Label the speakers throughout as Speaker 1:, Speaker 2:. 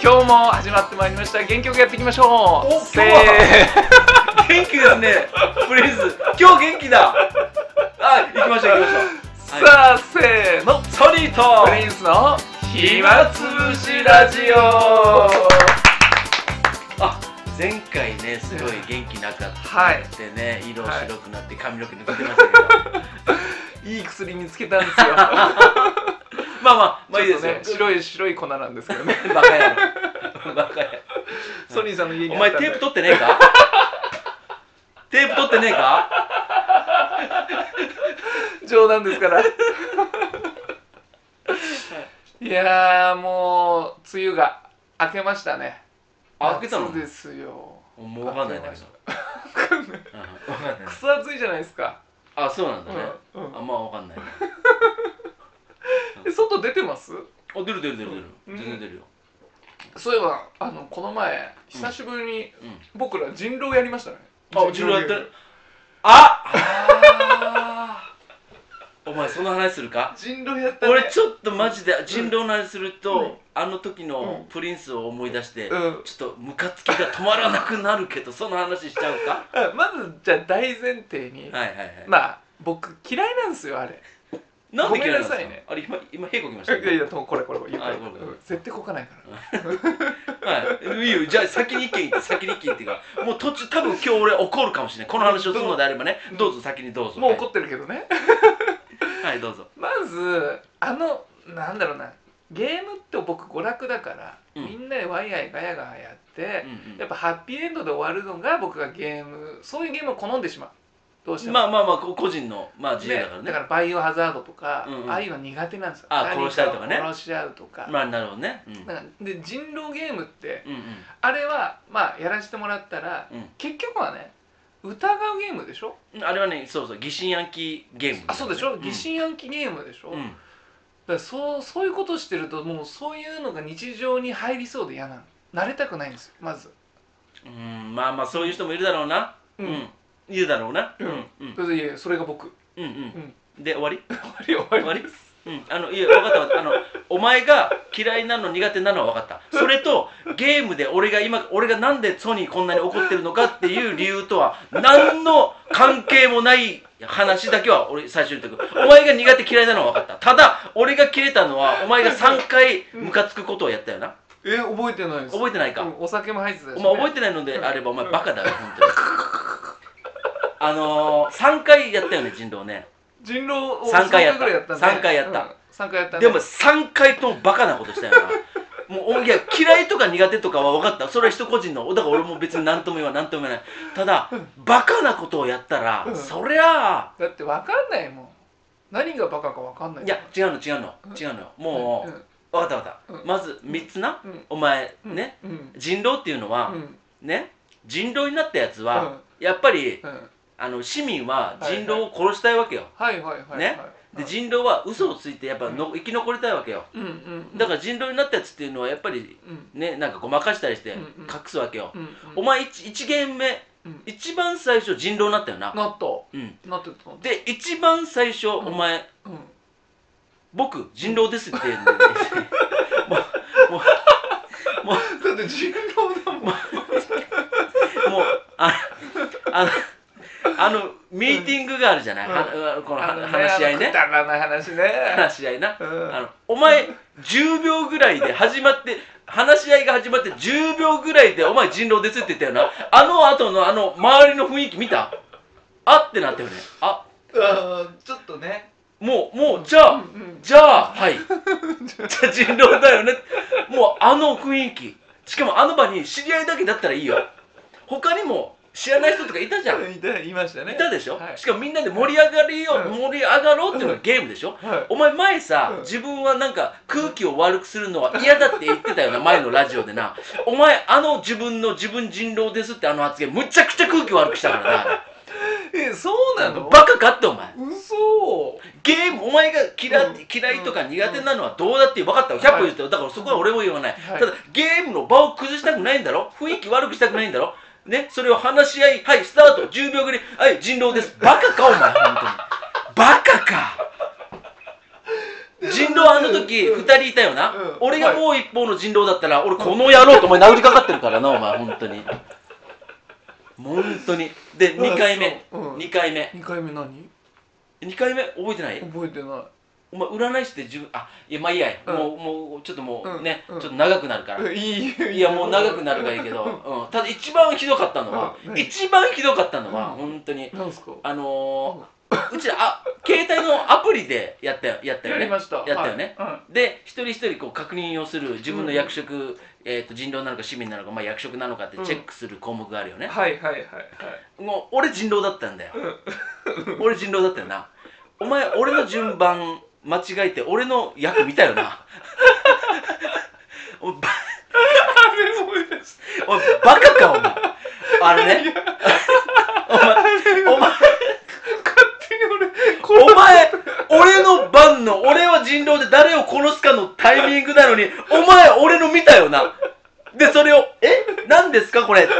Speaker 1: 今日も始まってまいりました元気よくやっていきましょう
Speaker 2: お
Speaker 1: せー
Speaker 2: 今日は元気ですねプリンス今日元気だあ行きましょう行きましょう、
Speaker 1: さあせーの
Speaker 2: い、ソニーと
Speaker 1: プリンスの暇つぶしラジオ
Speaker 2: あ前回ねすごい元気なかった
Speaker 1: はい
Speaker 2: でね色
Speaker 1: はい
Speaker 2: 白くなって髪の毛抜けてましたけど、
Speaker 1: いい薬見つけたん ですよ
Speaker 2: まあまあまあいい
Speaker 1: ち
Speaker 2: で
Speaker 1: ょっ
Speaker 2: す
Speaker 1: と
Speaker 2: よ、
Speaker 1: ね白い白い粉なんですけどね
Speaker 2: バカやろバカや
Speaker 1: ソニーさんの家に
Speaker 2: お
Speaker 1: あ
Speaker 2: 前
Speaker 1: ったん
Speaker 2: テ
Speaker 1: で
Speaker 2: ープ取ってねえかテープ取ってねえか
Speaker 1: 冗談ですからいやーもう梅雨が明けましたね
Speaker 2: あ開けたの
Speaker 1: 夏ですよ
Speaker 2: もう分かんないんだけどうんわかんない
Speaker 1: 草暑いじゃないですか、
Speaker 2: あそうなんだね、
Speaker 1: うんうん
Speaker 2: あんま分かんない
Speaker 1: え外出てます
Speaker 2: あ出る出る出る
Speaker 1: う
Speaker 2: 出
Speaker 1: ん
Speaker 2: る全然出るよ
Speaker 1: そういえばあのこの前久しぶりに
Speaker 2: うん
Speaker 1: 僕ら人狼やりましたね、
Speaker 2: あ自分やって
Speaker 1: ゲーム
Speaker 2: るああーお前その話するか
Speaker 1: 人狼やったね
Speaker 2: 俺ちょっとマジで人狼の話すると、
Speaker 1: うん
Speaker 2: あの時
Speaker 1: うん
Speaker 2: のプリンスを思い出して、
Speaker 1: うん
Speaker 2: ちょっとムカつきが止まらなくなるけどその話しち ゃうか
Speaker 1: あまずじゃあ大前提に、
Speaker 2: はいはいはい、
Speaker 1: まあ僕嫌いなんですよあれ
Speaker 2: なんで嫌いなんです
Speaker 1: ご
Speaker 2: か
Speaker 1: めんなさいね
Speaker 2: あれ今今平行きま
Speaker 1: い
Speaker 2: した
Speaker 1: やいやともこれこれこれゆっくり
Speaker 2: あごめんごめん
Speaker 1: うん絶対こかないから
Speaker 2: はい、いいよじゃあ先に意見言って先に意見言ってかもう途中多分今日俺怒るかもしれないこの話をするのであればね
Speaker 1: うん
Speaker 2: どうぞ先にどうぞ
Speaker 1: もう怒ってるけどね
Speaker 2: はい、はいどうぞ
Speaker 1: まずあのなんだろうなゲームって僕娯楽だから、
Speaker 2: うん
Speaker 1: みんなでワイワイガヤガヤやって
Speaker 2: う、ん
Speaker 1: やっぱハッピーエンドで終わるのが僕がゲームそういうゲームを好んでしまうどうし
Speaker 2: う
Speaker 1: て
Speaker 2: ん、
Speaker 1: も、
Speaker 2: まあまあまあこ個人のまあ自由
Speaker 1: ね
Speaker 2: だからね
Speaker 1: だからバイオハザードとか、
Speaker 2: うんうん
Speaker 1: ああいうの苦手なんですよ
Speaker 2: あ
Speaker 1: 何を
Speaker 2: 殺し合うとかね
Speaker 1: 殺し合うとか,、
Speaker 2: まあなるほどねうん
Speaker 1: なんかで人狼ゲームって
Speaker 2: うん
Speaker 1: あれはまあやらせてもらったら
Speaker 2: うん
Speaker 1: 結局はね疑うゲームでしょ
Speaker 2: うんあれはねそうそう疑心暗鬼ゲームだからね、
Speaker 1: あそうでしょ、
Speaker 2: ん
Speaker 1: 疑心暗鬼ゲームでしょ、
Speaker 2: うん、
Speaker 1: だからそうそういうことしてるともうそういうのが日常に入りそうで嫌なの慣れたくないんですよまず、
Speaker 2: うんまあまあそういう人もいるだろうな
Speaker 1: う
Speaker 2: うんん、いるだろうな
Speaker 1: うん
Speaker 2: うん
Speaker 1: それでいやいやそれが僕
Speaker 2: うんうん、で終わり
Speaker 1: 終わり終わ
Speaker 2: 終わりうん、あのいや分かった分かったあのお前が嫌いなの苦手なのは分かったそれとゲームで俺が今俺がなんでソニーこんなに怒ってるのかっていう理由とは何の関係もない話だけは俺最初に言っとくお前が苦手嫌いなのは分かったただ俺が切れたのはお前が3回ムカつくことをやったよな
Speaker 1: りえ覚えてないです
Speaker 2: 覚えてないか、
Speaker 1: うんお酒も入ってたし、
Speaker 2: お前覚えてないのであればお前バカだよ本 当にあのー、3回やったよね人狼ね
Speaker 1: 人狼を
Speaker 2: 三回やった
Speaker 1: ぐらいやったんで
Speaker 2: 三回やった
Speaker 1: うん三回やったね
Speaker 2: でも3回ともバカなことしたよなもうおいや嫌いとか苦手とかは分かったそれは人個人のだから俺も別に何とも言わない何とも言わないただバカなことをやったら、
Speaker 1: うん
Speaker 2: そりゃあ
Speaker 1: だって分かんないもん何がバカか分かんない
Speaker 2: いや違うの違うの
Speaker 1: うん
Speaker 2: 違うのよもう、
Speaker 1: ん
Speaker 2: 分かった分かった、
Speaker 1: うん
Speaker 2: まず3つな、
Speaker 1: うん
Speaker 2: お前
Speaker 1: うん
Speaker 2: ね
Speaker 1: うん
Speaker 2: 人狼っていうのは
Speaker 1: う、ん
Speaker 2: ね人狼になったやつ
Speaker 1: う
Speaker 2: は
Speaker 1: ん、
Speaker 2: やっぱり
Speaker 1: うん
Speaker 2: あの市民は人狼を殺したいわけよ、
Speaker 1: はいはいはいはい
Speaker 2: ね
Speaker 1: うん
Speaker 2: で人狼は嘘をついてやっぱの、生き残りたいわけよ
Speaker 1: うんうん
Speaker 2: だからら人狼になったやつっていうのはやっぱり
Speaker 1: うん
Speaker 2: ねなんかごまかしたりして
Speaker 1: うんうん
Speaker 2: 隠すわけよ、
Speaker 1: うん
Speaker 2: お前 1, 一ゲーム目
Speaker 1: うん
Speaker 2: 一番最初人狼になったよな、
Speaker 1: なった
Speaker 2: うん、
Speaker 1: なってたの
Speaker 2: で一番最初、
Speaker 1: ん
Speaker 2: お前
Speaker 1: うん
Speaker 2: 僕人狼ですって言 うんだよねもうも
Speaker 1: だって人狼だもん
Speaker 2: うもうああのあのミーティングがあるじゃない、
Speaker 1: うん
Speaker 2: はあのこの
Speaker 1: あのね
Speaker 2: 話し合
Speaker 1: あ
Speaker 2: い
Speaker 1: のく
Speaker 2: ね
Speaker 1: だらない話ね
Speaker 2: 話し合いな、
Speaker 1: うん
Speaker 2: あのお前10秒ぐらいで始まって話し合いが始まって10秒ぐらいでお前人狼ですって言ったよなあの後のあの周りの雰囲気見たあってなったよねあ
Speaker 1: うんちょっとね
Speaker 2: もうもうじゃあ、
Speaker 1: うんうん
Speaker 2: じゃあはいじゃあ人狼だよねもうあの雰囲気しかもあの場に知り合いだけだったらいいよ他にも知らない人とかいたじゃんい
Speaker 1: いたいましたね
Speaker 2: たでしょ、
Speaker 1: はい
Speaker 2: しかもみんなで盛り上がりよ、
Speaker 1: うん
Speaker 2: 盛り上がろうっていうのがゲームでしょ、
Speaker 1: はい
Speaker 2: お前前さ、
Speaker 1: うん
Speaker 2: 自分はなんか空気を悪くするのは嫌だって言ってたよな前のラジオでなお前あの自分の自分人狼ですってあの発言むちゃくちゃ空気悪くしたからな
Speaker 1: えそうなの
Speaker 2: バカかってお前
Speaker 1: 嘘
Speaker 2: ゲームお前が嫌,、
Speaker 1: うん
Speaker 2: 嫌いとか苦手なのはどうだって分かったよ100歩言ってよだからそこは俺も言わない、
Speaker 1: はい
Speaker 2: ただゲームの場を崩したくないんだろ雰囲気悪くしたくないんだろねそれを話し合いはいスタート10秒ぐらいはい人狼 ですバカかお前本当にバカか人狼あの時時二人いたよな、
Speaker 1: うん
Speaker 2: 俺がもう一方の人狼だったら、俺この野郎とお前殴りかかってるからなお前本当に本当にで
Speaker 1: うん
Speaker 2: 2回目
Speaker 1: そううん
Speaker 2: 2回目
Speaker 1: 二回目何
Speaker 2: 2回目覚えてない
Speaker 1: 覚えてない
Speaker 2: お前占い師って自分あいやまあいいや、
Speaker 1: うん
Speaker 2: もうもうちょっともうね、
Speaker 1: うんうん
Speaker 2: ちょっと長くなるから、
Speaker 1: うんいいよ
Speaker 2: いやもう長くなるがいいけど、うん、ただ一番ひどかったのは、
Speaker 1: うん何
Speaker 2: 一番ひどかったの
Speaker 1: うん
Speaker 2: は、本当に
Speaker 1: なんすか
Speaker 2: あのーうちらあ携帯のアプリでやったよやったよ
Speaker 1: やり
Speaker 2: ね
Speaker 1: ました
Speaker 2: やったよね
Speaker 1: は
Speaker 2: で一人一人こう確認をする自分の役職、えー、と人狼なのか市民なのか、まあ、役職なのかってチェックする項目があるよ
Speaker 1: い
Speaker 2: ね、
Speaker 1: はいはいはい
Speaker 2: もう俺人狼だったんだよ
Speaker 1: はい
Speaker 2: 俺人狼だったよなお前俺の順番間違えて俺の役見たよなお前バ
Speaker 1: あれ思い出し
Speaker 2: お前バカかお前
Speaker 1: た
Speaker 2: あれね
Speaker 1: いや
Speaker 2: お前
Speaker 1: あれ
Speaker 2: お前
Speaker 1: 勝手に俺こ
Speaker 2: お前、俺の番の、俺は人狼で誰を殺すかのタイミングなのに、お前、俺の見たよな。で、それを、え何ですかこれって。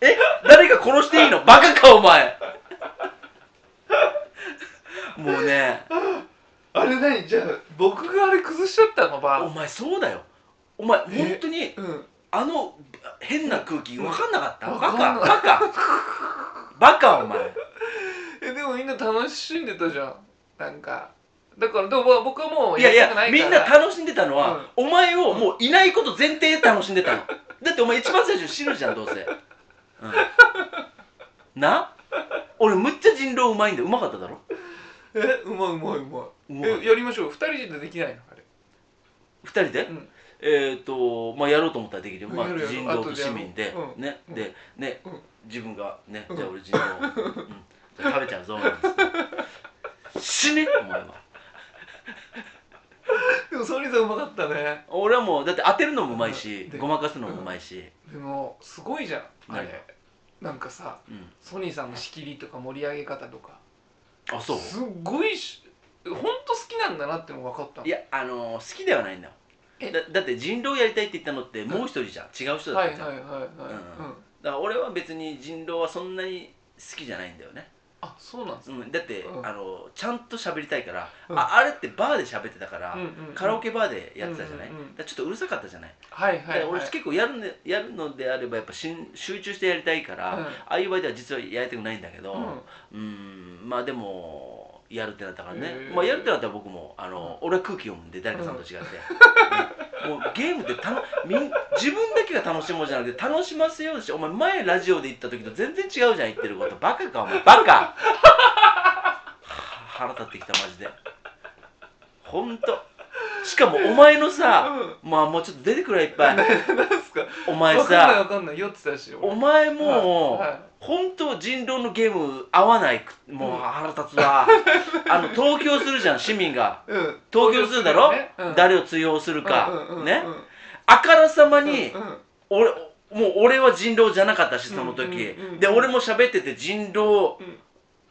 Speaker 2: え誰が殺していいのバカか、お前。もうね、
Speaker 1: あれ何じゃあ僕があれ崩しちゃったの
Speaker 2: お
Speaker 1: ば
Speaker 2: 前、そうだよ。お前、本当に、
Speaker 1: うん
Speaker 2: あの、変な空気、分かんなかった
Speaker 1: うん
Speaker 2: バ
Speaker 1: わか
Speaker 2: カ、
Speaker 1: んな
Speaker 2: バカ。バカ、お前。
Speaker 1: えでもみんな楽しんでたじゃんなんかだからでも僕はもう
Speaker 2: いやい
Speaker 1: りたく
Speaker 2: や、
Speaker 1: い
Speaker 2: み
Speaker 1: から
Speaker 2: んな楽しんでたのは、お前をもういないこと前提で楽しん でたの。だってお前一番最初に死ぬじゃん、どうせ。うん、な俺むっちゃ人狼うまいんだよ。うまかっただろ
Speaker 1: えうまいうまいうま
Speaker 2: う
Speaker 1: い
Speaker 2: まい
Speaker 1: えやりましょう二人でできないのあれ
Speaker 2: 二人で、
Speaker 1: うん
Speaker 2: えっ、と、まあやろうと思ったらできるよ。
Speaker 1: うん
Speaker 2: まあ
Speaker 1: やるやる
Speaker 2: 人狼と市民
Speaker 1: 後でや
Speaker 2: で
Speaker 1: ろう、うん
Speaker 2: ね、
Speaker 1: うん
Speaker 2: で、ね、
Speaker 1: うん
Speaker 2: 自分が、ね、
Speaker 1: うん
Speaker 2: じゃあ俺人狼、うんじゃあ食べちゃうぞ。死ねお前は。
Speaker 1: でもソニーさんうまかったね
Speaker 2: 俺はもう、だって当てるのもうまいし
Speaker 1: で、
Speaker 2: ごまかすのもうまいし。
Speaker 1: でもすごいじゃんあ
Speaker 2: 何
Speaker 1: れなんかさ
Speaker 2: うん。
Speaker 1: ソニーさんの仕切りとか盛り上げ方とか
Speaker 2: あ、そう
Speaker 1: すっごいし本当好きなんだなってのが分かったの
Speaker 2: いやあのー好きではないんだよ
Speaker 1: え
Speaker 2: だだって人狼やりたいって言ったのってもう一人じゃん、違う人だ
Speaker 1: は
Speaker 2: っ
Speaker 1: い
Speaker 2: た
Speaker 1: はい
Speaker 2: じゃん、
Speaker 1: はいはい、
Speaker 2: うん
Speaker 1: うん
Speaker 2: だから俺は別に人狼はそんなに好きじゃないんだよね、
Speaker 1: あそうなんです
Speaker 2: うん、だって、
Speaker 1: うん
Speaker 2: あのーちゃんと喋りたいから、
Speaker 1: うん
Speaker 2: ああれってバーで喋ってたから、
Speaker 1: か、うんうん、
Speaker 2: カラオケバーでやってたじゃない、
Speaker 1: うんうんうん
Speaker 2: だからちょっとうるさかったじゃない、
Speaker 1: はいはい、
Speaker 2: だ
Speaker 1: はい、
Speaker 2: から俺結構やる,、ね、やるのであればやっぱしん集中してやりたいから、
Speaker 1: うん
Speaker 2: ああいう場合では実はやりたくないんだけど、
Speaker 1: うん
Speaker 2: うーんまあでもやるってなったからね、
Speaker 1: へー
Speaker 2: まあやるってなったら僕もあの、俺は空気読むんで誰かさんと違って、ね もうゲームってたのみん自分だけが楽しもうじゃなくて楽しませようだしお前前ラジオで言った時と全然違うじゃん言ってることバカかお前バカは腹立ってきたマジでほんとしかもお前のさ
Speaker 1: うん
Speaker 2: まあもうちょっと出てくれいっぱ い
Speaker 1: 何すか
Speaker 2: お前
Speaker 1: 分かんない
Speaker 2: さ
Speaker 1: 分かんない酔ってたし
Speaker 2: お前もう、
Speaker 1: はいはい
Speaker 2: 本当人狼のゲーム合わないくもう腹立つ わあの投票するじゃん市民が
Speaker 1: うん、
Speaker 2: 投票するだろ、
Speaker 1: ねうん
Speaker 2: 誰を通用するか、
Speaker 1: うんうんうん
Speaker 2: ねあからさまに、
Speaker 1: うんうん
Speaker 2: 俺もう俺は人狼じゃなかったしその時、
Speaker 1: うんうんうん
Speaker 2: で俺も喋ってて人狼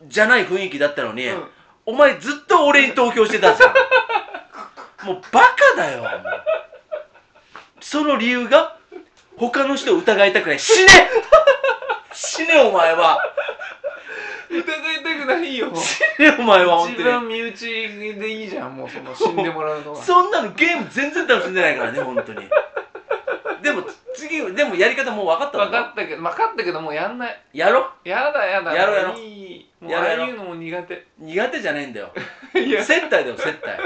Speaker 2: じゃない雰囲気だったのに、
Speaker 1: うん
Speaker 2: お前ずっと俺に投票して たじゃんもうバカだよもうその理由が他の人を疑いたくな い死ね死ねお前は
Speaker 1: 疑いたくない よ
Speaker 2: ねお前は本
Speaker 1: 一
Speaker 2: 当に
Speaker 1: 番身内でいいじゃんもうその死んでもらうのは
Speaker 2: そんなのゲーム全然楽しんでないからね本当にでも次でもやり方もう分かったの
Speaker 1: 分かったけど分かったけどもうやんない
Speaker 2: やろ
Speaker 1: やだやだ
Speaker 2: やろうやろう
Speaker 1: いいもう
Speaker 2: や
Speaker 1: あ
Speaker 2: ろ
Speaker 1: あ
Speaker 2: うやろう
Speaker 1: いうのも苦手
Speaker 2: 苦手じゃねえんだよ
Speaker 1: いや
Speaker 2: 接待だよ接待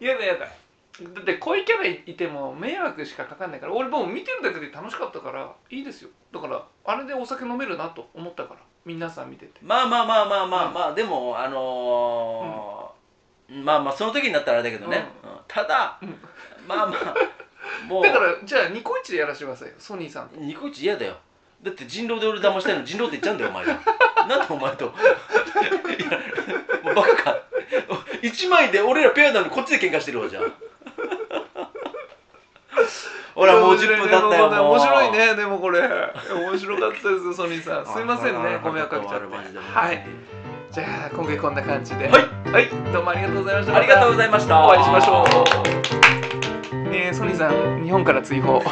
Speaker 1: やだやだだってこういうキャラいても迷惑しかかかんないから俺もう見てるだけで楽しかったからいいですよだからあれでお酒飲めるなと思ったから皆さん見てて
Speaker 2: まあまあまあまあまあまあ、でもあのーまあまあその時になったらあれだけどね、うんただ、
Speaker 1: うん
Speaker 2: まあまあもう
Speaker 1: だからじゃあニコイチでやらせてくださいよソニーさんと
Speaker 2: ニコイチ嫌だよだって人狼で俺騙したいのに人狼って言っちゃうんだよお前がなんでお前といやもうバカか1枚で俺らペアなのにこっちで喧嘩してるわじゃんほらもう10分経ったよもう
Speaker 1: 面白いねでもこれ面白かったですよソニーさんすいませんねご迷惑かけちゃってはいじゃあ今回こんな感じでは、
Speaker 2: はい
Speaker 1: はい、どうもありがとうございました
Speaker 2: ありがとうご
Speaker 1: ま
Speaker 2: ざいましたた
Speaker 1: お会いしましょうえー、ソニーさん日本から追放